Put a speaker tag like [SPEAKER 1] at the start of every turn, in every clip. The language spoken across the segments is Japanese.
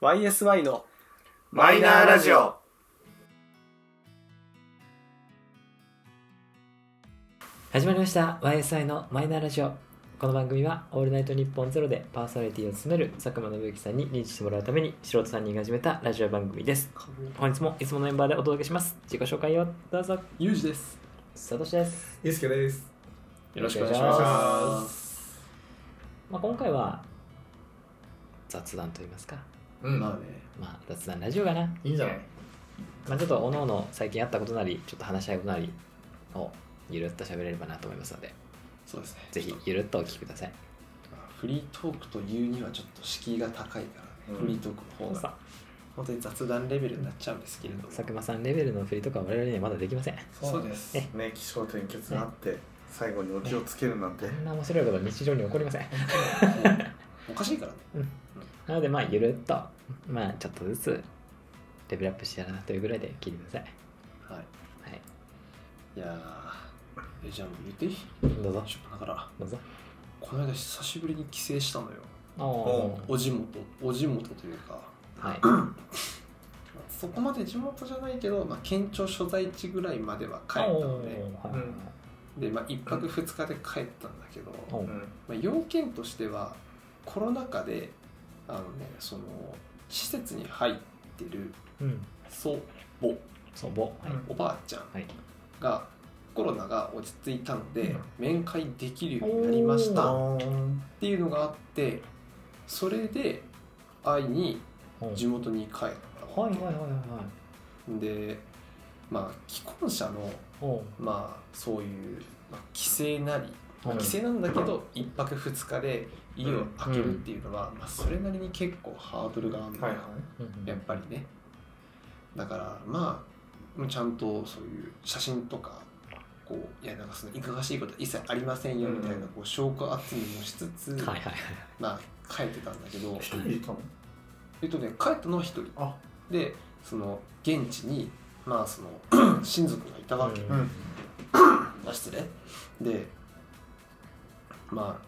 [SPEAKER 1] YSY の
[SPEAKER 2] マイナーラジオ。
[SPEAKER 3] 始まりました YSI のマイナーラジオこの番組は「オールナイトニッポンゼロでパーソナリティを務める佐久間信之さんに認知してもらうために素人3人が始めたラジオ番組です本日もいつものメンバーでお届けします自己紹介をどうぞ
[SPEAKER 1] ゆうじです
[SPEAKER 3] 佐藤です
[SPEAKER 2] ゆうすけです。。
[SPEAKER 1] よろしくお願いします
[SPEAKER 3] まあ、今回は雑談と言いますか
[SPEAKER 2] うん。
[SPEAKER 1] まあね
[SPEAKER 3] まあ雑談ラジオかな、
[SPEAKER 2] いいんじゃない
[SPEAKER 3] まあ、ちょっとおのおの最近あったことなりちょっと話し合いことなりをゆるっと喋れればなと思いますので
[SPEAKER 1] そうですね
[SPEAKER 3] ぜひゆるっとお聞きください
[SPEAKER 1] フリートークというにはちょっと敷居が高いからね、
[SPEAKER 2] うん
[SPEAKER 1] フリートークの方が本当に雑談レベルになっちゃうんですけれども
[SPEAKER 3] 佐久間さんレベルの振りとかは我々にはまだできません
[SPEAKER 1] そうです
[SPEAKER 3] ね
[SPEAKER 2] ね、気象転結があって、最後にオチをつけるなんて
[SPEAKER 3] こ。んな面白いことは日常に起こりません
[SPEAKER 1] おかしいからね
[SPEAKER 3] なのでまあゆるっとまあちょっとずつレベルアップしてやらなというぐらいで聞いてください
[SPEAKER 1] はい
[SPEAKER 3] はい
[SPEAKER 1] いやーえじゃあもう言っていい
[SPEAKER 3] どうぞ
[SPEAKER 1] ちょっとだから
[SPEAKER 3] どうぞ
[SPEAKER 1] この間久しぶりに帰省したのよ
[SPEAKER 3] お
[SPEAKER 2] お
[SPEAKER 3] お
[SPEAKER 1] お地元お地元というか
[SPEAKER 3] はい
[SPEAKER 1] まあそこまで地元じゃないけど、まあ、県庁所在地ぐらいまでは帰ったのね
[SPEAKER 3] おーはい
[SPEAKER 1] で、まあ、1泊2日で帰ったんだけど、
[SPEAKER 3] お
[SPEAKER 2] う
[SPEAKER 3] ー
[SPEAKER 2] ん。
[SPEAKER 1] まあ、要件としてはコロナ禍であの、ね、その施設に入ってる
[SPEAKER 3] うん
[SPEAKER 1] 祖母
[SPEAKER 3] 祖母はい
[SPEAKER 1] おばあちゃん
[SPEAKER 3] はい
[SPEAKER 1] がコロナが落ち着いたので、
[SPEAKER 2] うん
[SPEAKER 1] 面会できるようになりましたっ
[SPEAKER 2] あー
[SPEAKER 1] ていうのがあってそれで会いに
[SPEAKER 3] おー
[SPEAKER 1] 地元に帰った
[SPEAKER 3] は
[SPEAKER 1] わ
[SPEAKER 3] い
[SPEAKER 1] け
[SPEAKER 3] はいはいはい
[SPEAKER 1] でまあ既婚者の
[SPEAKER 3] おお
[SPEAKER 1] まあそういう、まあ、帰省なり、まあ
[SPEAKER 3] うん
[SPEAKER 1] 帰省なんだけど一泊二日で家を空けるっていうのは、まあ、それなりに結構ハードルがあるのよ、
[SPEAKER 2] はいはい。
[SPEAKER 1] やっぱりねだからまあもうちゃんとそういう写真とかこういやなんかそのいかがわしいことは一切ありませんよみたいな、
[SPEAKER 2] うん
[SPEAKER 1] こう証拠集めもしつつ、
[SPEAKER 3] はいはいはい
[SPEAKER 1] まあ帰ってたんだけど
[SPEAKER 2] 一人いたの
[SPEAKER 1] えっとね帰ったのは一人
[SPEAKER 2] あ、
[SPEAKER 1] でその現地にまあその 親族がいたわけ、
[SPEAKER 3] うん
[SPEAKER 1] あ失礼でまあ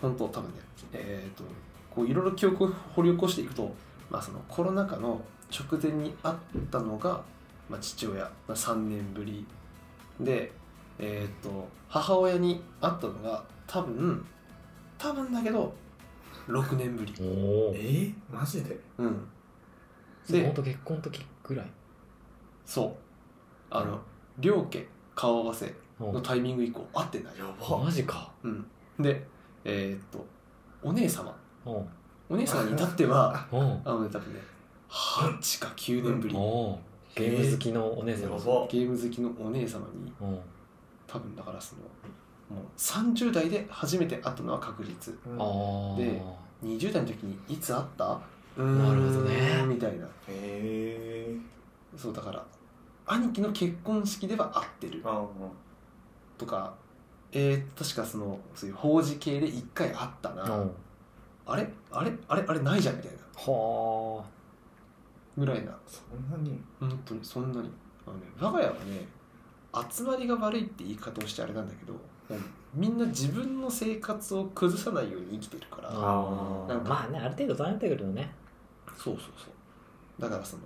[SPEAKER 1] 本当多分ねえっ、とこういろいろ記憶を掘り起こしていくと、まあ、そのコロナ禍の直前にあったのが、まあ、父親、まあ、3年ぶりでえっ、と母親に会ったのが多分多分だけど6年ぶり
[SPEAKER 3] おお
[SPEAKER 2] えー、マジで
[SPEAKER 1] うん
[SPEAKER 3] ほ
[SPEAKER 1] で
[SPEAKER 3] んと結婚の時ぐらい
[SPEAKER 1] そうあの両家顔合わせ
[SPEAKER 3] おー
[SPEAKER 1] のタイミング以降会ってない
[SPEAKER 2] やば
[SPEAKER 3] マ。ジか
[SPEAKER 1] うん、でえーっとお姉様
[SPEAKER 3] おー
[SPEAKER 1] お姉様に至って は
[SPEAKER 3] おー
[SPEAKER 1] あのね多分ね8か9年ぶり、
[SPEAKER 3] おーゲーム好きのお姉さん
[SPEAKER 2] やば。
[SPEAKER 1] ゲーム好きのお姉様に
[SPEAKER 3] おー
[SPEAKER 1] 多分だからそのもう30代で初めて会ったのは確実
[SPEAKER 2] うん
[SPEAKER 3] あ
[SPEAKER 1] で
[SPEAKER 3] あ
[SPEAKER 1] 20代の時にいつ会ったうーん
[SPEAKER 3] なるほどね
[SPEAKER 1] みたいな
[SPEAKER 2] えー。
[SPEAKER 1] そうだから兄貴の結婚式では会ってる
[SPEAKER 2] あー
[SPEAKER 1] とかえー、確かそのそういう法事系で1回会ったな、
[SPEAKER 3] うん
[SPEAKER 1] あれあれあれあれないじゃんみたいな
[SPEAKER 3] は
[SPEAKER 1] ぐらいな
[SPEAKER 2] そんなに
[SPEAKER 1] 本当にそんなにあの、ね、我が家はね集まりが悪いって言い方をしてあれなんだけどもうみんな自分の生活を崩さないように生きてるから
[SPEAKER 3] あ
[SPEAKER 2] あー
[SPEAKER 1] なんか
[SPEAKER 3] まあねある程度となってくるのね
[SPEAKER 1] そうそうそうだからその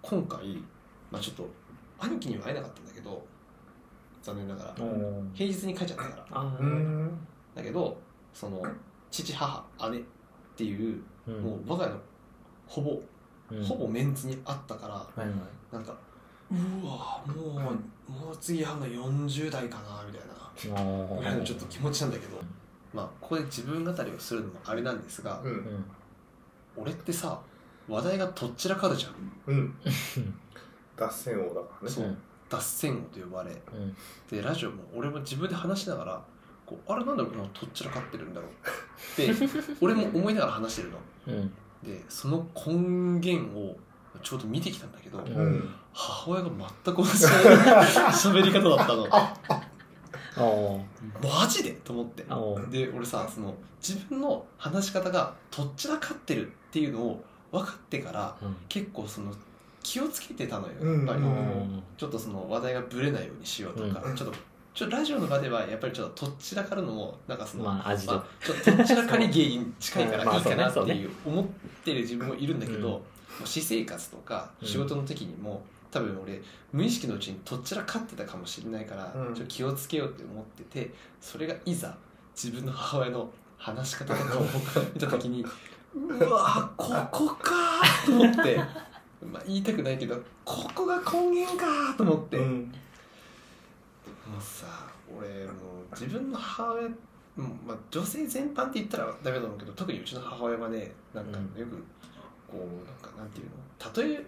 [SPEAKER 1] 今回、まあ、ちょっと兄貴には会えなかったんだけど残念ながら
[SPEAKER 3] うん
[SPEAKER 1] 平日に帰っちゃったから
[SPEAKER 3] あ
[SPEAKER 2] う
[SPEAKER 3] ー
[SPEAKER 2] ん。
[SPEAKER 1] だけどその父母姉っていう
[SPEAKER 3] うん
[SPEAKER 1] もう我が家のほぼ、
[SPEAKER 3] うん
[SPEAKER 1] ほぼメンツにあったから
[SPEAKER 3] はいはい
[SPEAKER 1] なんかうわもうもう次会うの40代かなみたいな
[SPEAKER 3] あ
[SPEAKER 1] ぐらいの
[SPEAKER 3] ー
[SPEAKER 1] ちょっと気持ちなんだけどまあここで自分語りをするのもあれなんですが、
[SPEAKER 2] うん。
[SPEAKER 1] 俺ってさ話題がとっちらかるじゃん
[SPEAKER 2] うん。脱線王だからね。
[SPEAKER 1] そう脱線王と呼ばれ
[SPEAKER 3] うん
[SPEAKER 1] でラジオも俺も自分で話しながらこうあれなんだろうなとっちらかってるんだろうって俺も思いながら話してるの
[SPEAKER 3] うん
[SPEAKER 1] でその根源をちょうど見てきたんだけど、
[SPEAKER 3] ん
[SPEAKER 2] うん。
[SPEAKER 1] 母親が全く同じ喋り方だったの
[SPEAKER 3] あー
[SPEAKER 1] マジでと思って
[SPEAKER 3] あー
[SPEAKER 1] で俺さその自分の話し方がどっちらかってるっていうのを分かってから
[SPEAKER 3] うん
[SPEAKER 1] 結構その気をつけてたのよ
[SPEAKER 2] うん
[SPEAKER 1] やっぱり、
[SPEAKER 2] うん
[SPEAKER 3] うん
[SPEAKER 1] ちょっとその話題がぶれないようにしようとか、
[SPEAKER 3] う
[SPEAKER 1] ちょっとちょラジオの場ではやっぱりちょっととっちらかるのもなんかその、
[SPEAKER 3] まあ味で
[SPEAKER 1] まあ、ちょっ とどちらかに原因近いから
[SPEAKER 3] まあ
[SPEAKER 1] いいかなって
[SPEAKER 3] そうね
[SPEAKER 1] いう思ってる自分もいるんだけど、
[SPEAKER 3] うん
[SPEAKER 1] もう私生活とか
[SPEAKER 3] うん
[SPEAKER 1] 仕事の時にも多分俺無意識のうちにどちらかってたかもしれないから、
[SPEAKER 2] うん
[SPEAKER 1] ちょっと気をつけようって思っててそれがいざ自分の母親の話し方と かを見た時にうわここかーと 思って。まあ、言いたくないけどここが根源かーと思って、
[SPEAKER 2] うん
[SPEAKER 1] もうさ俺もう自分の母親、うんまあ、女性全般って言ったらダメだろうけど特にうちの母親はねなんかよ
[SPEAKER 3] うん
[SPEAKER 1] くこうなんかなんていうの例えっ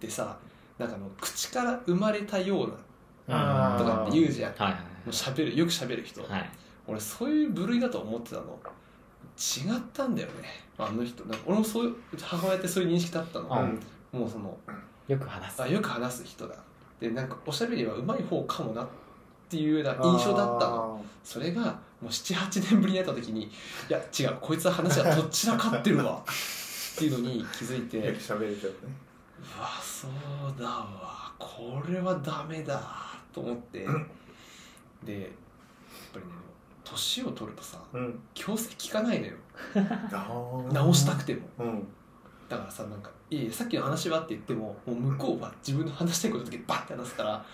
[SPEAKER 1] てさなんかあの口から生まれたような
[SPEAKER 2] あー
[SPEAKER 1] とかって言うじゃんも
[SPEAKER 3] はいは
[SPEAKER 1] う喋るよく喋る人、
[SPEAKER 3] いはいはい
[SPEAKER 1] 俺そういう部類だと思ってたの違ったんだよねあの人なんか俺もそういう母親ってそういう認識だったの
[SPEAKER 3] あ
[SPEAKER 1] もうその
[SPEAKER 3] よく話す
[SPEAKER 1] あよく話す人だでなんかおしゃべりは上手い方かもなっていうような印象だったのそれがもう78年ぶりに会った時にいや違うこいつは話はどっちらかってるわっていうのに気づいて
[SPEAKER 2] あーよ
[SPEAKER 1] う
[SPEAKER 2] く喋れちゃうね
[SPEAKER 1] わそうだわこれはダメだと思ってでやっぱりね年を取るとさ
[SPEAKER 2] うん
[SPEAKER 1] 強制聞かないのよ
[SPEAKER 2] あー
[SPEAKER 1] 直したくても
[SPEAKER 2] うん
[SPEAKER 1] だからさなんか「いやいやさっきの話は?」って言ってももう向こうは自分の話したいことだけバッて話すから「うわ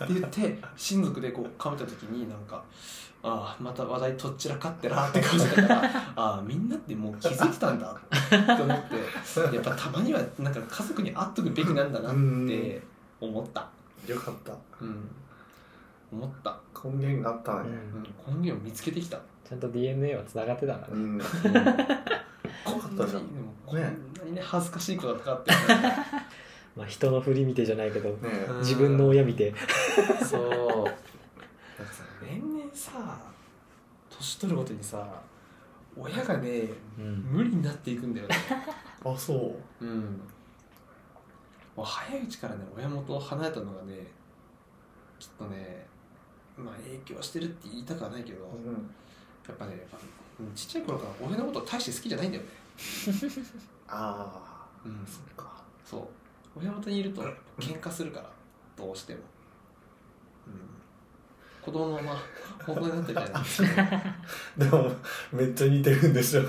[SPEAKER 1] ー」って言って親族でこうかめた時になんか「ああまた話題とっちらかってな」って感じだから「ああみんなってもう気づいてたんだ」って思ってやっぱたまにはなんか家族に会っとくべきなんだなっ
[SPEAKER 2] うん
[SPEAKER 1] て思った
[SPEAKER 2] よかった
[SPEAKER 1] うん思った、
[SPEAKER 2] 根源があった
[SPEAKER 3] う
[SPEAKER 2] ね
[SPEAKER 1] うんん、根源を見つけてきた
[SPEAKER 3] ちゃんと DNA はつながってたから
[SPEAKER 2] う
[SPEAKER 3] ね
[SPEAKER 2] ん
[SPEAKER 1] こんなにでもこんな
[SPEAKER 2] ね
[SPEAKER 1] にね恥ずかしい子だったかって思う
[SPEAKER 3] まあ人の振り見てじゃないけど
[SPEAKER 2] ね
[SPEAKER 1] うん
[SPEAKER 3] 自分の親見て
[SPEAKER 1] そうなんかさ年々さ年取るごとにさ親がね
[SPEAKER 3] うん
[SPEAKER 1] 無理になっていくんだよね
[SPEAKER 2] あそう
[SPEAKER 1] うんもう早いうちからね親元を離れたのがねきっとねまあ影響してるって言いたくはないけど、や
[SPEAKER 2] ん
[SPEAKER 1] っぱねやっぱうんちっちゃい頃から親のこと大して好きじゃないんだよね
[SPEAKER 2] あ
[SPEAKER 1] うん
[SPEAKER 2] あそっか
[SPEAKER 1] そう親元にいると喧嘩するからどうしても、うん、子供のまま大人になったみたいな
[SPEAKER 2] でもめっちゃ似てるんで しょ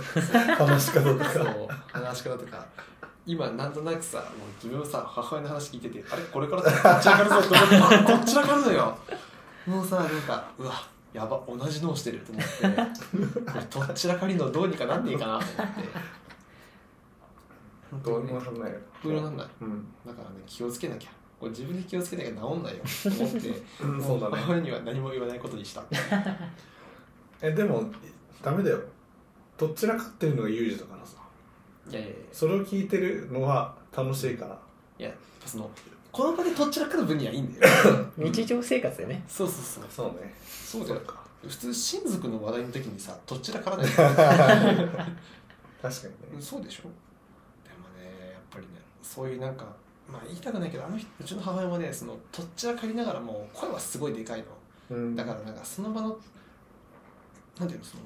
[SPEAKER 2] 話し方と
[SPEAKER 1] そ
[SPEAKER 2] か
[SPEAKER 1] う話し方とか今なんとなくさもう自分もさ母親の話聞いててあれこれからどっちらかるぞって思ってあどっちらかるのよもうさなんかうわやば同じ脳してると思ってこれどっちらかりのどうにかなんねえかなと思って本
[SPEAKER 2] ど
[SPEAKER 1] 当
[SPEAKER 2] う
[SPEAKER 1] に
[SPEAKER 2] に
[SPEAKER 1] ね
[SPEAKER 2] もなんないよ
[SPEAKER 1] どうにもなんない
[SPEAKER 2] うん
[SPEAKER 1] だからね気をつけなきゃこれ自分で気をつけなきゃ治んないよと思って
[SPEAKER 2] うんそうだ
[SPEAKER 1] もう
[SPEAKER 2] ね
[SPEAKER 1] 母親には何も言わないことにした
[SPEAKER 2] えでもダメだよどちらかっていうのが有事だからさ
[SPEAKER 1] いやいやいや
[SPEAKER 2] それを聞いてるのは楽しいから
[SPEAKER 1] いややっぱそのこの場でどっちらかる分にはいいんだよ
[SPEAKER 3] 日常生活でね
[SPEAKER 1] そうそうそう
[SPEAKER 2] そうね
[SPEAKER 1] そうだよ
[SPEAKER 2] か
[SPEAKER 1] 普通親族の話題の時にさどちらからだよ
[SPEAKER 2] 確かにね
[SPEAKER 1] そうでしょでもねやっぱりねそういうなんかまあ言いたくないけどあの人うちの母親はねそのどっちらかりながらも声はすごいでかいの
[SPEAKER 2] うん
[SPEAKER 1] だからなんかその場のなんていうのその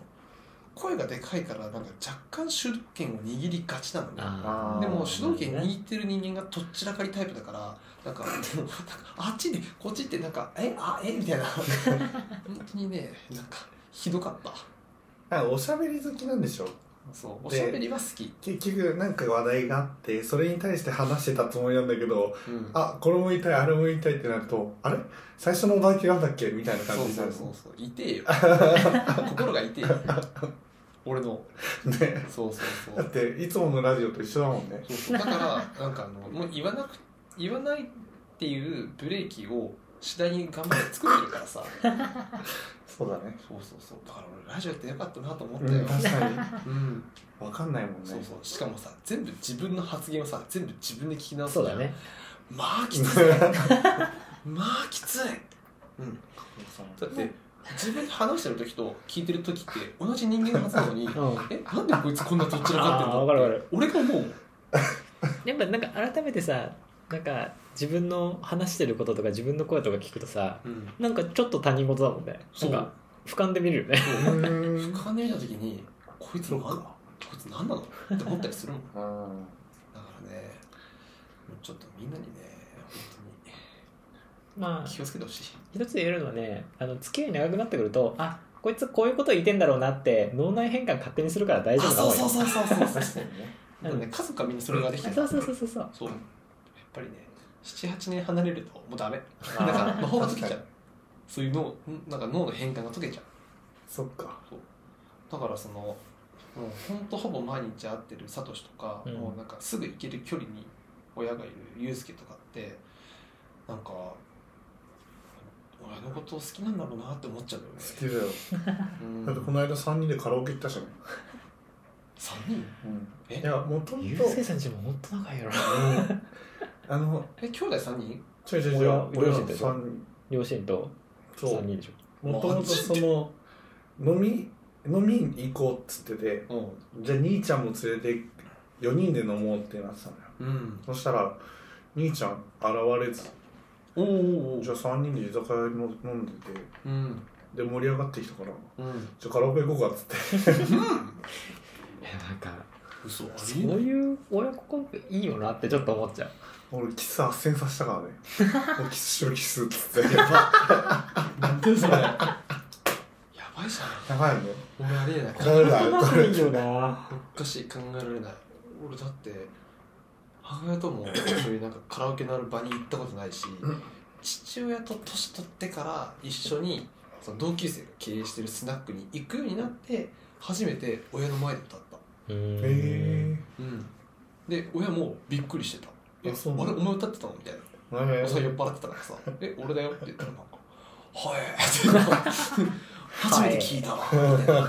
[SPEAKER 1] 声がでかいからなんか若干主導権を握りがちなのね
[SPEAKER 2] あー
[SPEAKER 1] でも主導権
[SPEAKER 3] なるほどね
[SPEAKER 1] 握ってる人間がどっちらかりタイプだからなんかでもなんかあっちでこっちってなんかえあえ みたいな本当にねなんかひどかった
[SPEAKER 2] なんかおしゃべり好きなんでしょ
[SPEAKER 1] そうおし
[SPEAKER 2] で
[SPEAKER 1] ゃべりは好き、
[SPEAKER 2] 結局なんか話題があってそれに対して話してたつもりなんだけど
[SPEAKER 1] うん
[SPEAKER 2] あこれも言いたいあれも言いたいってなるとあれ最初のお題なんだっけみたいな感じにな
[SPEAKER 1] そう
[SPEAKER 2] る
[SPEAKER 1] そうそうそう痛えよ心が痛えよ俺の
[SPEAKER 2] ね
[SPEAKER 1] そうそうそ
[SPEAKER 2] だ
[SPEAKER 1] う
[SPEAKER 2] っていつものラジオと一緒だもんね
[SPEAKER 1] そうそうだからなんかあのもう言わなく言わないっていうブレーキを次第に頑張って作ってるからさ
[SPEAKER 2] そうだね
[SPEAKER 1] そうそうそうだから俺ラジオやってよかったなと思っ
[SPEAKER 2] う
[SPEAKER 1] たよ
[SPEAKER 2] ん、確かに
[SPEAKER 1] うん、
[SPEAKER 2] 分かんないもんね
[SPEAKER 1] そうそうしかもさ全部自分の発言をさ全部自分で聞き直す
[SPEAKER 3] そう
[SPEAKER 1] じゃ
[SPEAKER 3] だ
[SPEAKER 1] ん
[SPEAKER 3] ね
[SPEAKER 1] まあきつい まあきついうんだって自分で話してる時と聞いてる時って同じ人間のはずなのに
[SPEAKER 3] うん
[SPEAKER 1] えなんでこいつこんなどっちらかってんだ
[SPEAKER 3] あー
[SPEAKER 1] っ
[SPEAKER 3] わ
[SPEAKER 1] て
[SPEAKER 3] かるわかる
[SPEAKER 1] 俺が思うもん
[SPEAKER 3] やっぱなんか改めてさなんか自分の話してることとか自分の声とか聞くとさ
[SPEAKER 1] うん
[SPEAKER 3] なんかちょっと他人事だもんねな
[SPEAKER 1] そ
[SPEAKER 3] ん
[SPEAKER 1] う
[SPEAKER 3] か俯瞰で見るよね
[SPEAKER 2] うーん
[SPEAKER 1] 俯瞰で見た時にこいつ
[SPEAKER 2] そ
[SPEAKER 1] な
[SPEAKER 2] っ
[SPEAKER 1] んこ
[SPEAKER 2] か
[SPEAKER 1] いつ何なのって思ったりするもん
[SPEAKER 2] う
[SPEAKER 1] だ
[SPEAKER 2] ん
[SPEAKER 1] からねもうちょっとみんなにね本当に
[SPEAKER 3] まあ
[SPEAKER 1] 気をつけてほしい
[SPEAKER 3] 一つで言えるのはねあの付き合い長くなってくるとあこいつこういうこと言ってんだろうなって脳内変換勝手にするから大丈
[SPEAKER 1] あ
[SPEAKER 3] 夫だ
[SPEAKER 1] そう
[SPEAKER 3] 多い
[SPEAKER 1] そうそうそうそうそう
[SPEAKER 2] 確かにね
[SPEAKER 1] でもね家族はみんなそれができて
[SPEAKER 3] あ
[SPEAKER 1] る
[SPEAKER 3] そうそうそうそうそう
[SPEAKER 1] そうやっぱりね78年離れるともうダメなんか魔法が解けちゃうそういう脳なんか脳の変換が解けちゃう
[SPEAKER 2] そっか
[SPEAKER 1] だからそのもうほんとほぼ毎日会ってるサトシとか、
[SPEAKER 3] うん
[SPEAKER 1] もうなんかすぐ行ける距離に親がいるユウスケとかってなんか俺のこと好きなんだろうなって思っちゃうんだよね
[SPEAKER 2] 好きだよ
[SPEAKER 1] うん
[SPEAKER 2] だってこの間3人でカラオケ行ったじゃん、
[SPEAKER 1] 三人え
[SPEAKER 2] いやもとも
[SPEAKER 3] ゆ
[SPEAKER 2] と
[SPEAKER 3] うせいさんちも本当仲いいよな
[SPEAKER 2] あの
[SPEAKER 1] え兄弟三人
[SPEAKER 2] ちょいちょいちょい
[SPEAKER 3] 俺
[SPEAKER 2] 俺
[SPEAKER 3] ら
[SPEAKER 2] ら
[SPEAKER 3] の
[SPEAKER 2] 3人
[SPEAKER 3] 両親と
[SPEAKER 2] そ
[SPEAKER 3] 3
[SPEAKER 2] う
[SPEAKER 3] 人でしょ
[SPEAKER 2] もともとその飲み飲みに行こうっつってて
[SPEAKER 1] うん
[SPEAKER 2] じゃあ兄ちゃんも連れて4人で飲もうってなってたのよ
[SPEAKER 1] うん
[SPEAKER 2] そしたら兄ちゃん現れず
[SPEAKER 1] おーおーお
[SPEAKER 2] じゃ
[SPEAKER 1] ー
[SPEAKER 2] あ3人で居酒屋に飲んでて
[SPEAKER 1] うん
[SPEAKER 2] で盛り上がってきたから
[SPEAKER 1] うん
[SPEAKER 2] じゃあカラオケ行こうかっつって
[SPEAKER 3] いやなんか
[SPEAKER 1] 嘘あ
[SPEAKER 3] そう
[SPEAKER 1] りえない
[SPEAKER 3] いう親子関係いいよなってちょっと思っちゃう
[SPEAKER 2] 俺キス斡旋させたからねもうキスしろキスっつって
[SPEAKER 1] なんでそれやばいじゃ ん
[SPEAKER 2] やばいよね
[SPEAKER 1] 俺ありえない
[SPEAKER 2] これだこ
[SPEAKER 3] 仲
[SPEAKER 2] れ
[SPEAKER 3] いいよな
[SPEAKER 1] おかしい考えられない俺だって母親ともそういうなんかカラオケのある場に行ったことないし
[SPEAKER 2] うん
[SPEAKER 1] 父親と年取ってから一緒にその同級生が経営してるスナックに行くようになって初めて親の前で歌った
[SPEAKER 3] へ
[SPEAKER 2] へえ
[SPEAKER 1] うんで親もびっくりしてた「え
[SPEAKER 2] あそうな
[SPEAKER 1] あ
[SPEAKER 2] の
[SPEAKER 1] れお前歌ってたの?」みたいな
[SPEAKER 2] え
[SPEAKER 1] お酒酔っ払ってたからさ「え俺だよ」って言ったらなんか「はい」 ってなんか初めて聞いたわみたいな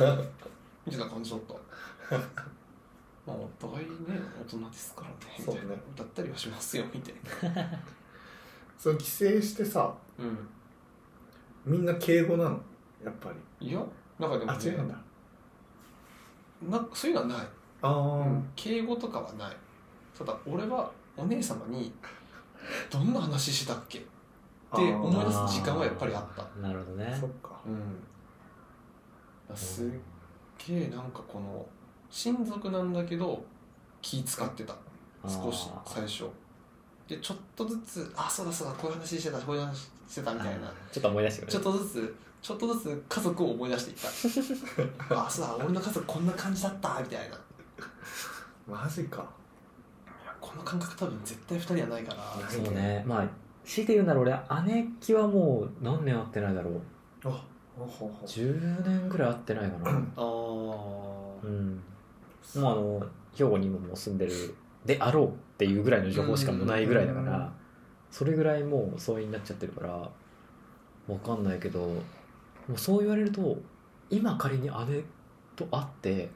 [SPEAKER 1] みたいな感じだったまあお互いね大人ですからねみたい
[SPEAKER 2] そう
[SPEAKER 1] な
[SPEAKER 2] ね
[SPEAKER 1] 歌ったりはしますよみたいな
[SPEAKER 2] そう帰省してさ
[SPEAKER 1] うん
[SPEAKER 2] みんな敬語なのやっぱり
[SPEAKER 1] いやなんかでも
[SPEAKER 2] あ違うん
[SPEAKER 1] ね
[SPEAKER 2] だ
[SPEAKER 1] なんかそういうのはない、
[SPEAKER 2] ああ、
[SPEAKER 1] 敬語とかはないただ俺はお姉様に「どんな話してたっけ?」って思い出す時間はやっぱりあった
[SPEAKER 3] なるほどね
[SPEAKER 2] そっか
[SPEAKER 1] うん、すっげえなんかこの親族なんだけど気使ってた少し
[SPEAKER 3] あー
[SPEAKER 1] 最初でちょっとずつあそうだそうだこういう話してたこういう話してたみたいな
[SPEAKER 3] ちょっと思い出してくれ
[SPEAKER 1] ちょっとずつちょっとずつ家族を思い出していっ たあそうだ俺の家族こんな感じだったみたいない
[SPEAKER 2] マジか
[SPEAKER 1] やこの感覚多分絶対2人はないから
[SPEAKER 3] そうねまあ強いて言うなら俺姉貴はもう何年会ってないだろう
[SPEAKER 2] あほほほ
[SPEAKER 3] 10年ぐらい会ってないかな
[SPEAKER 1] あー
[SPEAKER 3] うんもうあの兵庫に今もう住んでるであろうっていうぐらいの情報しかもうないぐらいだか
[SPEAKER 2] うんうん
[SPEAKER 3] らそれぐらいもう疎遠になっちゃってるからわかんないけどもうそう言われると今仮に姉と会って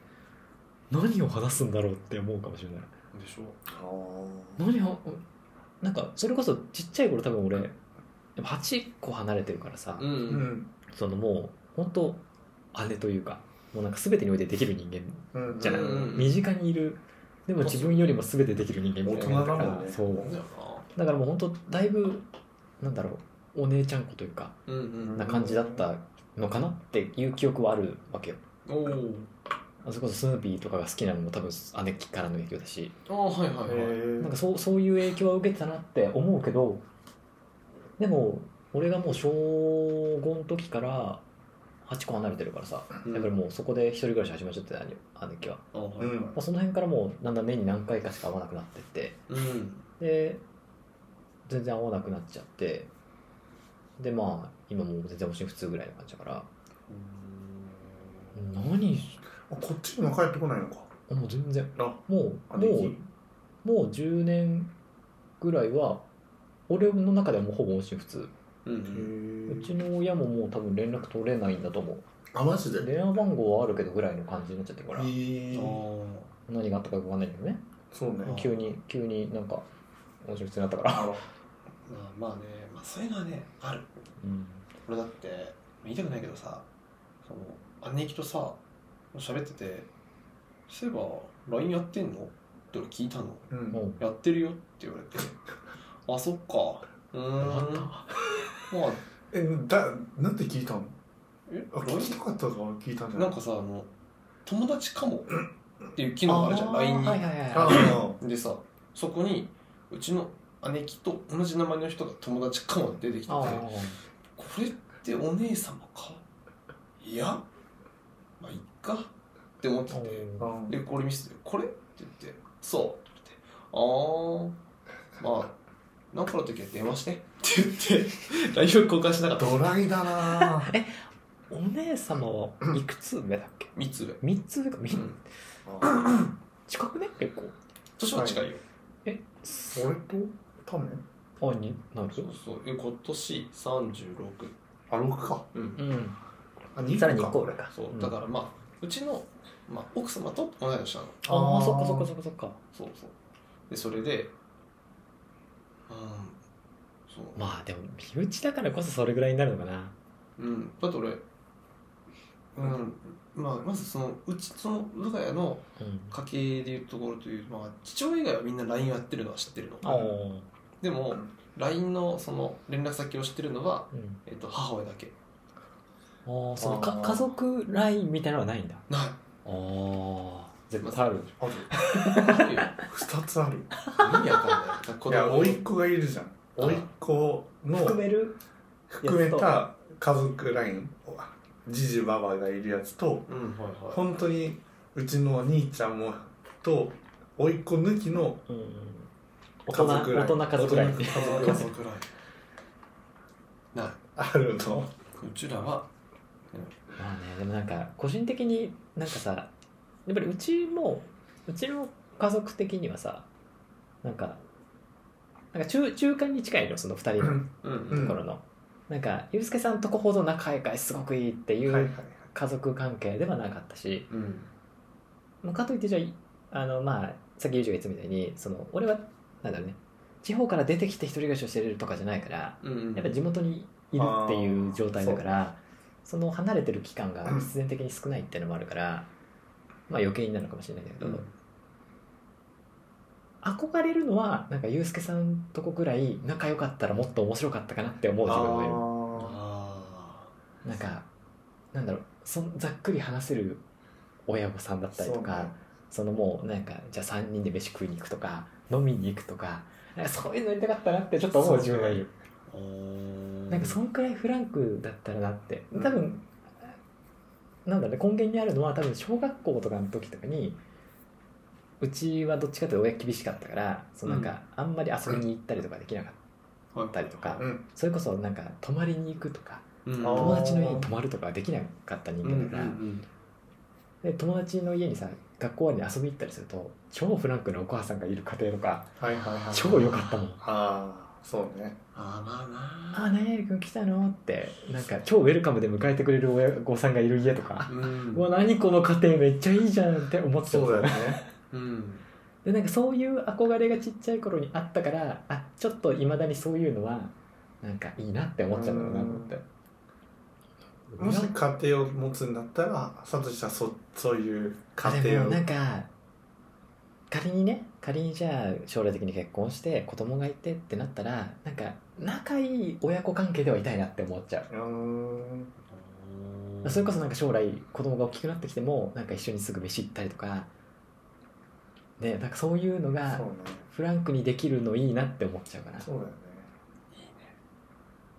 [SPEAKER 3] 何を話すんだろうって思うかもしれない
[SPEAKER 1] でしょ
[SPEAKER 2] あ
[SPEAKER 3] 何をなんかそれこそちっちゃい頃多分俺8個離れてるからさ、
[SPEAKER 1] うん、
[SPEAKER 2] ーうん
[SPEAKER 3] そのもう本当姉というかもうなんか全てにおいてできる人間
[SPEAKER 2] うん
[SPEAKER 3] じゃない、
[SPEAKER 1] うん
[SPEAKER 3] 身近にいるでも自分よりも全てできる人間みたいな
[SPEAKER 2] 大人だもんね
[SPEAKER 3] そう
[SPEAKER 1] なんだよ
[SPEAKER 3] だからもう本当だいぶなんだろうお姉ちゃん子というか
[SPEAKER 1] なうん
[SPEAKER 3] な感じだったのかなっていう記憶はあるわけよ
[SPEAKER 1] うんおー
[SPEAKER 3] あそれこそスヌーピーとかが好きなのも多分姉貴からの影響だし
[SPEAKER 1] あーはいはいはい
[SPEAKER 3] なんかそうそういう影響は受けてたなって思うけどでも俺がもう小5の時から8個離れてるからさ
[SPEAKER 1] うん
[SPEAKER 3] やっぱりもうそこで一人暮らし始まっちゃってた姉貴は、
[SPEAKER 1] あーは
[SPEAKER 2] う
[SPEAKER 1] い
[SPEAKER 2] ん
[SPEAKER 3] まあ、その辺からもうだんだん年に何回かしか会わなくなってって
[SPEAKER 1] うん
[SPEAKER 3] で全然会わなくなっちゃってでまあ今もう全然音信不通ぐらいの感じだから何
[SPEAKER 2] あこっちにも帰ってこないのか
[SPEAKER 3] あもう全然
[SPEAKER 2] あ
[SPEAKER 3] もうも
[SPEAKER 2] 姉貴
[SPEAKER 3] うもう10年ぐらいは俺の中ではもうほぼ音信不通
[SPEAKER 1] うん
[SPEAKER 2] へ
[SPEAKER 3] う
[SPEAKER 2] ー
[SPEAKER 3] ちの親ももう多分連絡取れないんだと思う
[SPEAKER 2] あマジでへ
[SPEAKER 3] 電話番号はあるけどぐらいの感じになっちゃってるから
[SPEAKER 1] うん
[SPEAKER 2] ー
[SPEAKER 3] 何があったかよくわかんないけどね
[SPEAKER 2] そうね
[SPEAKER 1] あ
[SPEAKER 3] 急に急になんか音信不通になったから、
[SPEAKER 2] あ
[SPEAKER 1] まあまあね、まあ、そういうのはねある
[SPEAKER 3] うん、
[SPEAKER 1] 俺だって言いたくないけどさその姉貴とさ喋ってて「そういえば LINE やってんの?」って俺聞いたの
[SPEAKER 2] らうん
[SPEAKER 3] も
[SPEAKER 1] 「やってるよ」って言われ て「あそっかうーん
[SPEAKER 3] わかった
[SPEAKER 1] まあ
[SPEAKER 2] えだなんで聞いたの
[SPEAKER 1] え
[SPEAKER 2] あ聞きた
[SPEAKER 1] LINE
[SPEAKER 2] かったから聞いたんじゃな
[SPEAKER 1] ないんかさあの友達かもっていう機能があるじゃん
[SPEAKER 3] あー
[SPEAKER 1] LINE に、
[SPEAKER 3] はいはいはい
[SPEAKER 2] ああ
[SPEAKER 1] でさそこにうちの姉貴と同じ名前の人が友達かも出てきてて
[SPEAKER 3] ああ
[SPEAKER 1] これってお姉様かいやまあいっかって思ってて
[SPEAKER 2] うん
[SPEAKER 1] でこれ見せて「これ?」って言って「そう」って言って「ああまあ何かの時は電話して」って言って LINE を交換しなかった
[SPEAKER 2] ドライだなぁ
[SPEAKER 3] お姉様はいくつ上だっけ
[SPEAKER 1] 3つ上
[SPEAKER 3] 三つ上かみ
[SPEAKER 1] うん
[SPEAKER 3] 近くね結構
[SPEAKER 1] 年は近いよ、
[SPEAKER 2] 俺とタメ
[SPEAKER 3] あになる
[SPEAKER 1] そうそうえ今年36
[SPEAKER 2] あ6か
[SPEAKER 1] うん
[SPEAKER 3] うん
[SPEAKER 2] あ2
[SPEAKER 3] さらに一個上か
[SPEAKER 1] そ
[SPEAKER 3] ん
[SPEAKER 1] うだからまあ、うちの、まあ、奥様と同い年なの
[SPEAKER 3] あ
[SPEAKER 2] あ
[SPEAKER 3] あ
[SPEAKER 2] ー
[SPEAKER 3] そっかそっかそっかそっか
[SPEAKER 1] そうそうでそれでうんそう
[SPEAKER 3] まあでも身内だからこそそれぐらいになるのかな
[SPEAKER 1] うん、だって俺、うんまあ、まずそのうちその我が家の
[SPEAKER 3] うん
[SPEAKER 1] 家系でいうところという、まあ、父親以外はみんな LINE をやってるのは知ってる
[SPEAKER 3] あ
[SPEAKER 1] の、
[SPEAKER 3] ー
[SPEAKER 1] でも LINE のその連絡先を知ってるのは、
[SPEAKER 3] うん
[SPEAKER 1] えっと、母親だけ
[SPEAKER 3] あーその
[SPEAKER 2] あ
[SPEAKER 3] か
[SPEAKER 2] ー
[SPEAKER 3] 家族ラインみたいなのはないんだ
[SPEAKER 1] ない
[SPEAKER 3] ああ絶対ある
[SPEAKER 2] ある
[SPEAKER 1] あるよ
[SPEAKER 2] 2つある
[SPEAKER 1] 意味わかん
[SPEAKER 2] い
[SPEAKER 1] ない
[SPEAKER 2] や甥っ子がいるじゃん
[SPEAKER 1] あ
[SPEAKER 2] 甥っ子の
[SPEAKER 3] 含める
[SPEAKER 2] 含めた家族ラインじじばばがいるやつと
[SPEAKER 1] うんはいはい
[SPEAKER 2] 本当にうちのお兄ちゃんもと甥っ子抜きの
[SPEAKER 3] うん大
[SPEAKER 2] 家
[SPEAKER 3] 人
[SPEAKER 2] 族ラ
[SPEAKER 3] 大
[SPEAKER 2] イン
[SPEAKER 3] 人家族ライン
[SPEAKER 2] 大人家族
[SPEAKER 1] 家族ラインない
[SPEAKER 2] あるの
[SPEAKER 1] うちらは
[SPEAKER 3] まあねでもなんか個人的になんかさやっぱりうちもうちの家族的にはさなんかなんか中中間に近いのその2人の
[SPEAKER 1] うん
[SPEAKER 2] う
[SPEAKER 1] うん
[SPEAKER 2] ん
[SPEAKER 3] ところの、なんかユうスケさんとこほど仲良いすごくいいってい
[SPEAKER 2] はいはいう
[SPEAKER 3] 家族関係ではなかったし、
[SPEAKER 1] うん
[SPEAKER 3] まあかといってじゃああのまあさっきユージが言ってたみたいにその俺はなんだろうね地方から出てきて一人暮らしをしてるとかじゃないから
[SPEAKER 1] うん
[SPEAKER 3] やっぱ地元にいるっていう状態だからその離れてる期間が
[SPEAKER 2] うん
[SPEAKER 3] 必然的に少ないっていうのもあるから、まあ余計になるのかもしれないんだけど、
[SPEAKER 1] うん
[SPEAKER 3] 憧れるのはなんかユうスケさんとこぐらい仲良かったらもっと面白かったかなって思う自分がいる
[SPEAKER 1] あ
[SPEAKER 3] なんかなんだろうそんざっくり話せる親御さんだったりとかそ,、のもうなんかじゃあ3人で飯食いに行くとか飲みに行くとかなんかそういうのやりたかったなってちょっと思う自分がいる、
[SPEAKER 1] ーおー
[SPEAKER 3] なんかそんくらいフランクだったらなって
[SPEAKER 2] うん
[SPEAKER 3] 多分、なんだろうね根源にあるのは多分小学校とかの時とかにうちはどっちかというと親厳しかったからそのなんかあんまり遊びに行ったりとかできなかったりとか、
[SPEAKER 2] うん
[SPEAKER 3] それこそなんか泊まりに行くとか
[SPEAKER 1] うん
[SPEAKER 2] あー
[SPEAKER 3] 友達の家に泊まるとかできなかった人
[SPEAKER 1] うんうん
[SPEAKER 3] 間だから、で友達の家にさ学校終わりに遊び行ったりすると超フランクなお母さんがいる家庭とか
[SPEAKER 2] はいはいはい
[SPEAKER 3] 超良かったもん
[SPEAKER 2] ああそうね
[SPEAKER 1] あま
[SPEAKER 3] 「
[SPEAKER 1] あな
[SPEAKER 3] あ何々君来たの?」ってなんか超ウェルカムで迎えてくれる親御さんがいる家とか「
[SPEAKER 1] うん
[SPEAKER 3] うわ何この家庭めっちゃいいじゃん」って思ってた
[SPEAKER 2] そうだよね
[SPEAKER 1] うん
[SPEAKER 3] でなんかそういう憧れがちっちゃい頃にあったからあちょっといまだにそういうのはなんかいいなって思っちゃうんだろうなと思って
[SPEAKER 2] もし家庭を持つんだったらサトシはそそういう家
[SPEAKER 3] で
[SPEAKER 2] 庭
[SPEAKER 3] も
[SPEAKER 2] を
[SPEAKER 3] なんか仮にね仮にじゃあ将来的に結婚して子供がいてってなったらなんか仲いい親子関係ではいたいなって思っちゃう、
[SPEAKER 2] うーん
[SPEAKER 3] それこそなんか将来子供が大きくなってきてもなんか一緒にすぐ飯行ったりとかねなんかそういうのが
[SPEAKER 2] そうね
[SPEAKER 3] フランクにできるのいいなって思っちゃうかな
[SPEAKER 2] そうだよね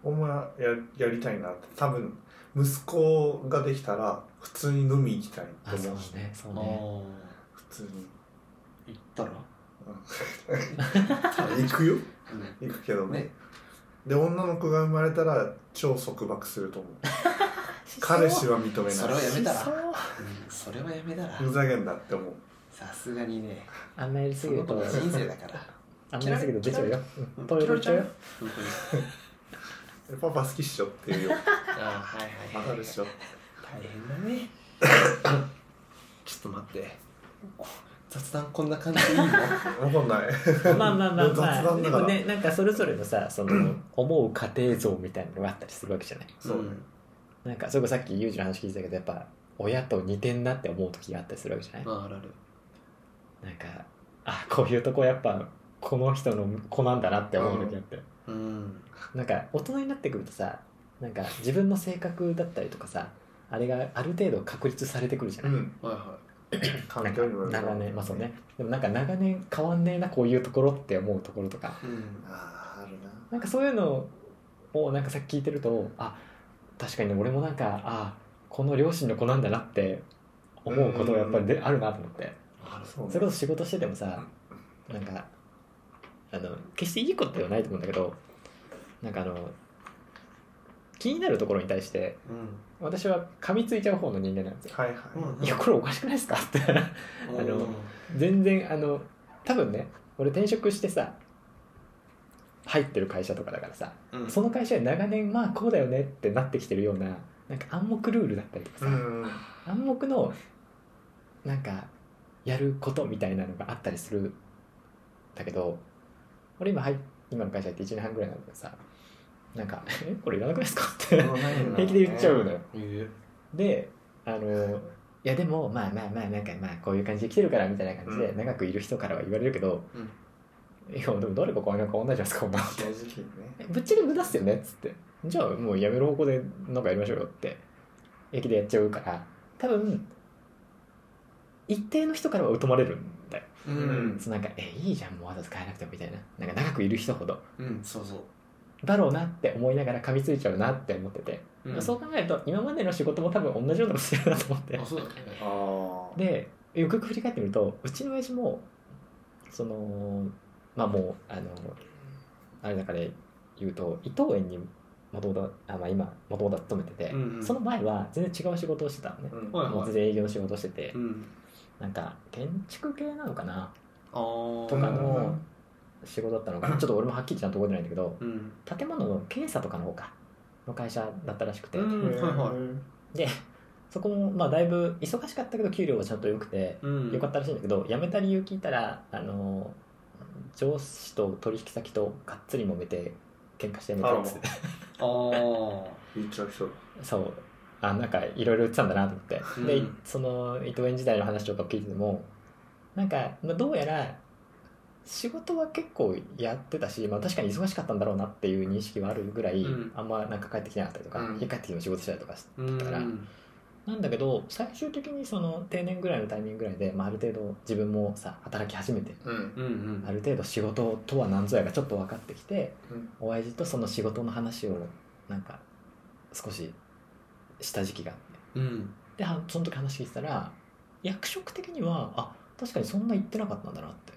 [SPEAKER 2] お前ややりたいなって多分息子ができたら普通に飲み行きたい
[SPEAKER 3] あ
[SPEAKER 2] と
[SPEAKER 3] そう
[SPEAKER 2] 思うし
[SPEAKER 3] ねそう
[SPEAKER 1] あ
[SPEAKER 3] ね
[SPEAKER 1] あ
[SPEAKER 2] 普通に
[SPEAKER 1] 行ったら
[SPEAKER 2] 行くよ行くけどね
[SPEAKER 1] ね
[SPEAKER 2] で女の子が生まれたら超束縛すると思う彼氏は認め
[SPEAKER 1] それ
[SPEAKER 2] な
[SPEAKER 1] はいやめたら
[SPEAKER 3] しそう
[SPEAKER 1] うんそれはやめたら
[SPEAKER 2] ふざけんなって思う
[SPEAKER 1] さすがにね
[SPEAKER 3] あんまやりす
[SPEAKER 1] そ
[SPEAKER 3] ぎ
[SPEAKER 1] の
[SPEAKER 3] る
[SPEAKER 1] 子
[SPEAKER 3] と
[SPEAKER 1] の人生だから
[SPEAKER 3] あんまやりすぎると出ちゃうようん トイレ行っちゃうよ
[SPEAKER 1] 本当に
[SPEAKER 2] えパパ好きっしょっていうよ
[SPEAKER 1] ああはいはい
[SPEAKER 2] わ
[SPEAKER 1] はい
[SPEAKER 2] かるっしょ
[SPEAKER 1] 大変 だねちょっと待ってこ雑談こん な感じでいいの
[SPEAKER 2] わかんない
[SPEAKER 3] まあまあまあま あ
[SPEAKER 2] 雑談
[SPEAKER 3] で
[SPEAKER 2] だか
[SPEAKER 3] も
[SPEAKER 2] ら
[SPEAKER 3] ねなんかそれぞれのさその思う家庭像みたいなのがあったりするわけじゃない
[SPEAKER 2] そうね
[SPEAKER 1] ん
[SPEAKER 3] なんかそれこそさっきユージの話聞いてたけどやっぱ親と似てんなって思う時があったりするわけじゃない
[SPEAKER 1] まああるある
[SPEAKER 3] なんかあこういうとこやっぱこの人の子なんだなって思う時あって、
[SPEAKER 1] うん
[SPEAKER 3] なんか大人になってくるとさなんか自分の性格だったりとかさあれがある程度確立されてくるじゃ
[SPEAKER 2] う
[SPEAKER 3] ない、
[SPEAKER 2] ん
[SPEAKER 1] はいは
[SPEAKER 2] 環境にもよる
[SPEAKER 3] 長年まあそうねでもなんか長年変わんねえなこういうところって思うところとか
[SPEAKER 1] うん
[SPEAKER 2] あああるな
[SPEAKER 3] なんかそういうのをなんかさっき聞いてるとあ確かに俺もなんかあこの両親の子なんだなって思うことがやっぱりであるなと思って
[SPEAKER 2] あるそうね
[SPEAKER 3] それこそ仕事しててもさなんかあの決していいことではないと思うんだけどなんかあの気になるところに対して
[SPEAKER 1] うん
[SPEAKER 3] 私は噛みついちゃう方の人間なんですよ。
[SPEAKER 2] はいはい、
[SPEAKER 1] うん
[SPEAKER 3] いやこれおかしくないですかって
[SPEAKER 1] うん
[SPEAKER 3] あの全然あの多分ね俺転職してさ入ってる会社とかだからさ
[SPEAKER 1] うん
[SPEAKER 3] その会社で長年まあこうだよねってなってきてるようななんか暗黙ルールだったりとかさ、
[SPEAKER 2] うん
[SPEAKER 3] 暗黙のなんかやることみたいなのがあったりするんだけど俺今入っ今の会社入って1年半ぐらいなんだけどさなんか 「えこれいらなくないですか?」って 平気で言っちゃうのよ。
[SPEAKER 1] え
[SPEAKER 3] であのいやでもまあまあまあなんかまあこういう感じで来てるからみたいな感じで
[SPEAKER 2] うん
[SPEAKER 3] 長くいる人からは言われるけど、
[SPEAKER 1] うん
[SPEAKER 3] いやでも誰かこうなんか同じじゃないですかお前
[SPEAKER 2] 正直にね
[SPEAKER 3] ぶっちゃけ無駄っすよねっつってじゃあもうやめる方向でなんかやりましょうよって平気でやっちゃうから多分一定の人からは疎まれるんだよ、
[SPEAKER 1] う
[SPEAKER 2] うん
[SPEAKER 1] ん
[SPEAKER 3] そのなんか「えいいじゃんもうわざわざ変えなくても」みたいななんか長くいる人ほど
[SPEAKER 1] うんそうそ
[SPEAKER 3] だろうなって思いながら噛みついちゃうなって思ってて、
[SPEAKER 1] ううん
[SPEAKER 3] そう考えると今までの仕事も多分同じようなことしてるなと思って
[SPEAKER 1] あそうだね
[SPEAKER 2] ああ
[SPEAKER 3] でよくよく振り返ってみるとうちの親父もそのまあもうあのあれだから言うと伊藤園にもともとあ、まあ、今もともと勤めてて、
[SPEAKER 1] うんうん
[SPEAKER 3] その前は全然違う仕事をしてたのね、
[SPEAKER 2] うん
[SPEAKER 1] はい
[SPEAKER 3] もう全然営業の仕事をしてて、
[SPEAKER 1] うん
[SPEAKER 3] なんか建築系なのかな
[SPEAKER 1] あー
[SPEAKER 3] とかの
[SPEAKER 2] う
[SPEAKER 3] 仕事だったのかなちょっと俺もはっきりちゃんと覚えてないんだけど
[SPEAKER 1] うん
[SPEAKER 3] 建物の検査とかの方かの会社だったらしくて、
[SPEAKER 1] うんはいはい
[SPEAKER 3] でそこもまあだいぶ忙しかったけど給料はちゃんと良くて、
[SPEAKER 1] うん
[SPEAKER 3] よかったらしいんだけど辞めた理由聞いたらあの上司と取引先とがっつり揉めて喧嘩してみたいっつって
[SPEAKER 1] あー
[SPEAKER 2] 言っちゃう人だ
[SPEAKER 3] そうあなんかいろいろ言ってたんだなと思って、
[SPEAKER 1] うん
[SPEAKER 3] でその伊藤園時代の話とかを聞いててもなんか、まあ、どうやら仕事は結構やってたし、まあ、確かに忙しかったんだろうなっていう認識はあるぐらい、
[SPEAKER 1] うん
[SPEAKER 3] あんまなんか帰ってきてなかったりとか、
[SPEAKER 1] うん
[SPEAKER 3] 家帰ってきても仕事したりとかして
[SPEAKER 1] うん
[SPEAKER 3] だからなんだけど最終的にその定年ぐらいのタイミングぐらいで、まあ、ある程度自分もさ働き始めて
[SPEAKER 2] うん
[SPEAKER 1] うんうん
[SPEAKER 3] ある程度仕事とは何ぞやがちょっと分かってきて
[SPEAKER 2] うん
[SPEAKER 3] 親父とその仕事の話をなんか少しした時期があって
[SPEAKER 1] うん
[SPEAKER 3] ではその時話聞いてたら役職的にはあ確かにそんな言ってなかったんだなって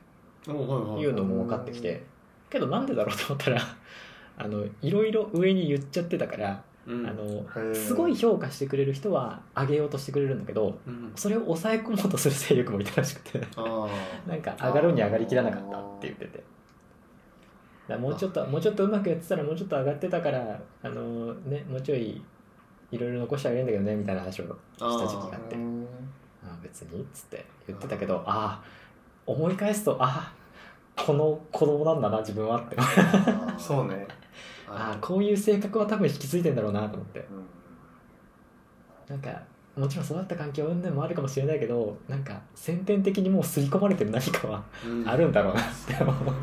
[SPEAKER 1] おはいはい
[SPEAKER 3] いうのも分かってきてけどなんでだろうと思ったら あのいろいろ上に言っちゃってたから、
[SPEAKER 1] うん
[SPEAKER 3] あの
[SPEAKER 2] へー
[SPEAKER 3] すごい評価してくれる人は上げようとしてくれるんだけど、
[SPEAKER 1] うん
[SPEAKER 3] それを抑え込もうとする勢力もいたらしくて
[SPEAKER 1] あー
[SPEAKER 3] なんか上がるに上がりきらなかったって言っててだからもうちょっともうちょっとうまくやってたらもうちょっと上がってたからあのねもうちょいいろいろ残してあげるんだけどねみたいな話を
[SPEAKER 1] あ
[SPEAKER 3] 下敷きが
[SPEAKER 1] ー
[SPEAKER 2] うん
[SPEAKER 3] あ別にっつって言ってたけどああ思い返すとああこの子供なんだな自分はってあ
[SPEAKER 2] そうね
[SPEAKER 3] あこういう性格は多分引き継いでんだろうなと思って
[SPEAKER 2] うん
[SPEAKER 3] なんかもちろん育った環境云々もあるかもしれないけどなんか先天的にもう刷り込まれてる何かは
[SPEAKER 1] うん
[SPEAKER 3] あるんだろうなって思う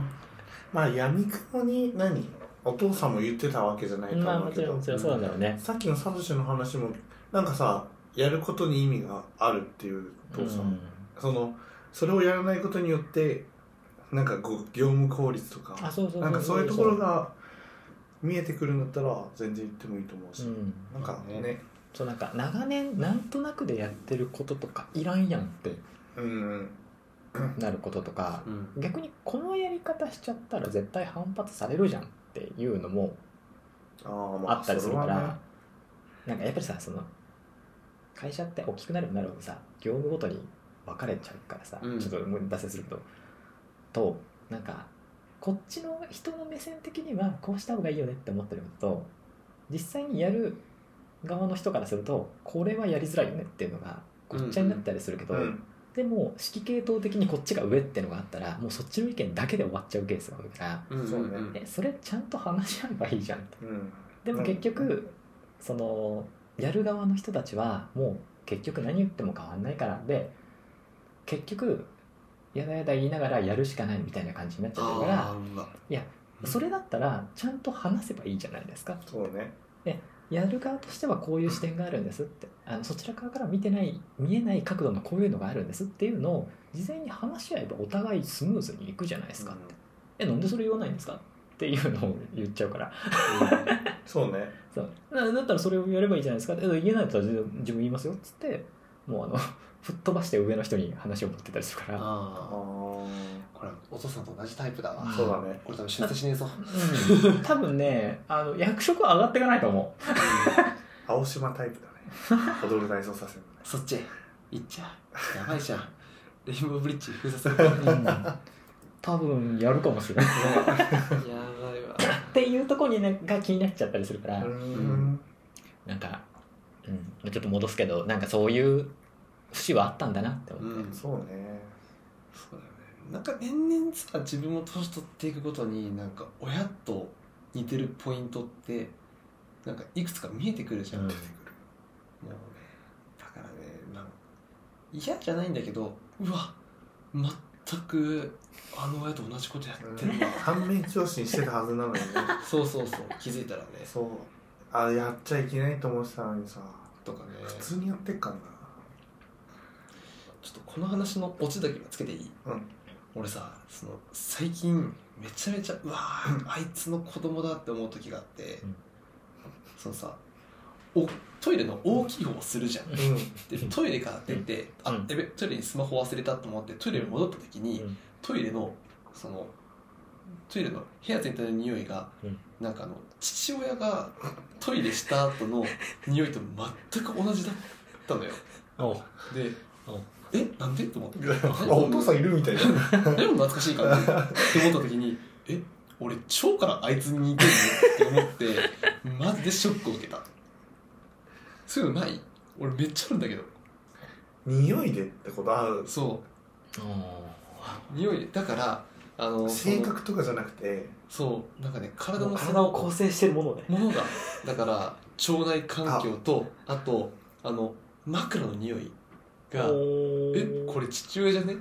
[SPEAKER 2] まあ闇雲に何お父さんも言ってたわけじゃないと
[SPEAKER 3] まあ
[SPEAKER 2] 思
[SPEAKER 3] も
[SPEAKER 2] う
[SPEAKER 3] ち
[SPEAKER 2] け
[SPEAKER 3] ろん
[SPEAKER 2] ど
[SPEAKER 3] もちろんそうなんだろうね、
[SPEAKER 2] さっきのサトシの話もなんかさやることに意味があるっていうお父さん、そのそれをやらないことによってなんかこう業務効率とか
[SPEAKER 3] あそうそうそう
[SPEAKER 2] なんかそういうところが見えてくるんだったら全然言ってもいいと思うし、
[SPEAKER 3] うん
[SPEAKER 2] なんかね
[SPEAKER 3] そうなんか長年なんとなくでやってることとかいらんやんって
[SPEAKER 2] うんうん
[SPEAKER 3] なることとか
[SPEAKER 1] うん
[SPEAKER 3] 逆にこのやり方しちゃったら絶対反発されるじゃんっていうのも
[SPEAKER 2] あーまあ
[SPEAKER 3] あったりするか
[SPEAKER 2] それはね
[SPEAKER 3] らなんかやっぱりさその会社って大きくなればなるほどさ業務ごとに分かれちゃうからさ、
[SPEAKER 1] うん
[SPEAKER 3] ちょっともう脱線するけどとなんかこっちの人の目線的にはこうした方がいいよねって思ってることと実際にやる側の人からするとこれはやりづらいよねっていうのがごっちゃになったりするけど、
[SPEAKER 2] うん
[SPEAKER 3] でも指揮系統的にこっちが上ってのがあったらもうそっちの意見だけで終わっちゃうケースが多いから、
[SPEAKER 1] うん
[SPEAKER 2] そうね
[SPEAKER 1] うん
[SPEAKER 3] えそれちゃんと話し合えばいいじゃんって
[SPEAKER 2] うん
[SPEAKER 3] でも結局、
[SPEAKER 2] うん
[SPEAKER 3] そのやる側の人たちはもう結局何言っても変わんないからで結局やだやだ言いながらやるしかないみたいな感じになっちゃってるか
[SPEAKER 1] あ
[SPEAKER 3] ら
[SPEAKER 1] ーうわ
[SPEAKER 3] それだったらちゃんと話せばいいじゃないですか
[SPEAKER 2] そうね
[SPEAKER 3] やる側としてはこういう視点があるんですってあのそちら側から見てない見えない角度のこういうのがあるんですっていうのを事前に話し合えばお互いスムーズにいくじゃないですか、えなんでそれ言わないんですかっていうのを言っちゃうから
[SPEAKER 2] そうね
[SPEAKER 3] そうなだったらそれをやればいいじゃないですかえ言えないと自分自分言いますよっつってもうあの 吹っ飛ばして上の人に話を持ってたりするから
[SPEAKER 2] あ
[SPEAKER 1] あ
[SPEAKER 2] ー
[SPEAKER 1] あこれお父さんと同じタイプだわ
[SPEAKER 2] そうだね
[SPEAKER 1] これ多分出世しねえぞ
[SPEAKER 3] うん多分ねあの役職は上がっていかないと思う
[SPEAKER 2] 青島タイプだね 踊る大捜査線のね
[SPEAKER 1] そっち行っちゃうやばいじゃんレインボーブリッジ封鎖するや
[SPEAKER 3] 多分やるかもしれない
[SPEAKER 1] ばいわ
[SPEAKER 3] っていうところに、ね、が気になっちゃったりするから、
[SPEAKER 2] うーん
[SPEAKER 1] ん
[SPEAKER 3] なんか、うん、ちょっと戻すけどなんかそういう節はあったんだなって
[SPEAKER 1] う
[SPEAKER 3] 思って、
[SPEAKER 1] ん
[SPEAKER 2] そうね
[SPEAKER 1] そうだよねなんか年々さ自分も年取っていくごとになんか親と似てるポイントってなんかいくつか見えてくるじゃん、
[SPEAKER 3] うん
[SPEAKER 1] もうねだからねなんか嫌じゃないんだけどうわ全くあの親と同じことやってるわ、
[SPEAKER 2] 反面教師にしてたはずなのに ね
[SPEAKER 1] そうそうそう気づいたらね
[SPEAKER 2] そうあやっちゃいけないと思ってたのにさ
[SPEAKER 1] とかね
[SPEAKER 2] 普通にやってっから
[SPEAKER 1] ちょっとこの話のオチだけはつけていい、
[SPEAKER 2] うん
[SPEAKER 1] 俺さその最近めちゃめちゃうわーあいつの子供だって思う時があって、
[SPEAKER 3] うん
[SPEAKER 1] そのさおトイレの大きい方をするじゃ ん、
[SPEAKER 2] なうん
[SPEAKER 1] でトイレから出て、
[SPEAKER 3] うん
[SPEAKER 1] あやべトイレにスマホ忘れたと思ってトイレに戻った時に、
[SPEAKER 3] うん
[SPEAKER 1] トイレのそのトイレの部屋全体の匂いが、
[SPEAKER 3] うん
[SPEAKER 1] なんかあの父親がトイレした後の匂いと全く同じだったのよ
[SPEAKER 3] お
[SPEAKER 1] で
[SPEAKER 3] お
[SPEAKER 1] えなんでと思って
[SPEAKER 2] あお父さんいるみたいな
[SPEAKER 1] でも懐かしい感じって思った時にえ俺腸からあいつに似てるのって思ってマジでショックを受けたそういうのない俺めっちゃあるんだけど
[SPEAKER 2] 匂いでってことある
[SPEAKER 1] そ
[SPEAKER 3] お
[SPEAKER 1] う匂いだからあの
[SPEAKER 2] 性格とかじゃなくて
[SPEAKER 1] そのそうなんかね体のそ
[SPEAKER 3] 体を
[SPEAKER 1] の
[SPEAKER 3] 構成してるものね
[SPEAKER 1] もの がだから腸内環境とあとあの枕の匂いが
[SPEAKER 3] お
[SPEAKER 1] えこれ父親じゃね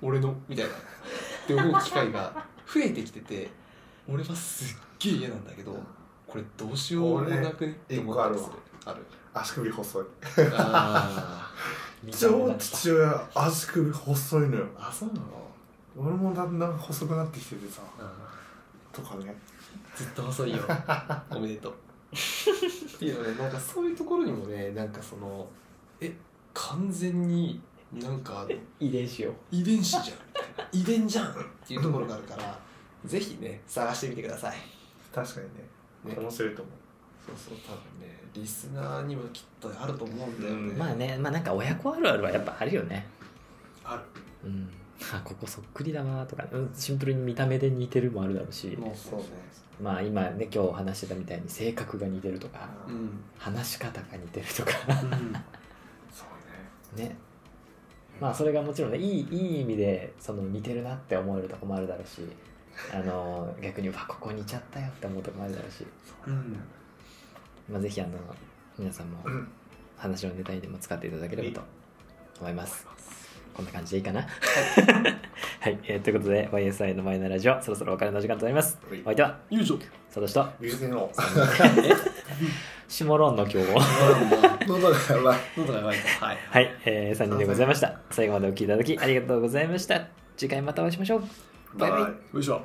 [SPEAKER 1] 俺のみたいなって思う機会 が増えてきてて俺はすっげえ嫌なんだけどこれどうしようもなくねって思ったりするある
[SPEAKER 2] 足首細い
[SPEAKER 1] あ
[SPEAKER 2] 超父親足首細いのよ
[SPEAKER 1] ーあそうなの
[SPEAKER 2] 俺もだんだん細くなってきててさ
[SPEAKER 1] あ
[SPEAKER 2] とかね
[SPEAKER 1] ーずっと細い よおめでとうっていうのねなんかそういうところにもねなんかそのえ完全になんか
[SPEAKER 3] 遺伝子を
[SPEAKER 1] 遺伝子じゃん遺伝じゃんっていうところがあるからぜひね探してみてください
[SPEAKER 2] 確かにね
[SPEAKER 1] ね
[SPEAKER 2] 面白いと思
[SPEAKER 1] そうそう多分ねリスナーにもきっとあると思うんだよね、
[SPEAKER 2] うん
[SPEAKER 3] まあねまあなんか親子あるあるはやっぱあるよね
[SPEAKER 1] あ
[SPEAKER 3] うんあここそっくりだわとか、うん、シンプルに見た目で似てるもあるだろうし
[SPEAKER 1] るもう
[SPEAKER 2] そうね
[SPEAKER 3] まあ今ね今日話してたみたいに性格が似てるとか
[SPEAKER 2] う、
[SPEAKER 1] うん、
[SPEAKER 3] 話し方が似てるとか
[SPEAKER 2] そうね
[SPEAKER 3] ねまあそれがもちろんねいいいい意味でその似てるなって思えるとこもあるだろうしあの逆にうわここ似ちゃったよって思うとこもあるだろうし、
[SPEAKER 2] そうなんだよね
[SPEAKER 3] まあ、ぜひあの皆さんも
[SPEAKER 2] うん
[SPEAKER 3] 話のネタにでも使っていただければと思いますこんな感じでいいかな はい、えーということで YSI のマイナーラジオそろそろお別れの時間となります
[SPEAKER 2] はい
[SPEAKER 3] お相手は
[SPEAKER 1] 友情
[SPEAKER 3] 佐藤氏と
[SPEAKER 2] ゆずきの
[SPEAKER 3] 下ロンの今日 も
[SPEAKER 2] 喉がやばい
[SPEAKER 1] 喉がやばいからはい
[SPEAKER 3] はい、えー、3人でございました最後までお聞きいただきありがとうございました次回またお会いしましょうバイバイ
[SPEAKER 1] よいしょ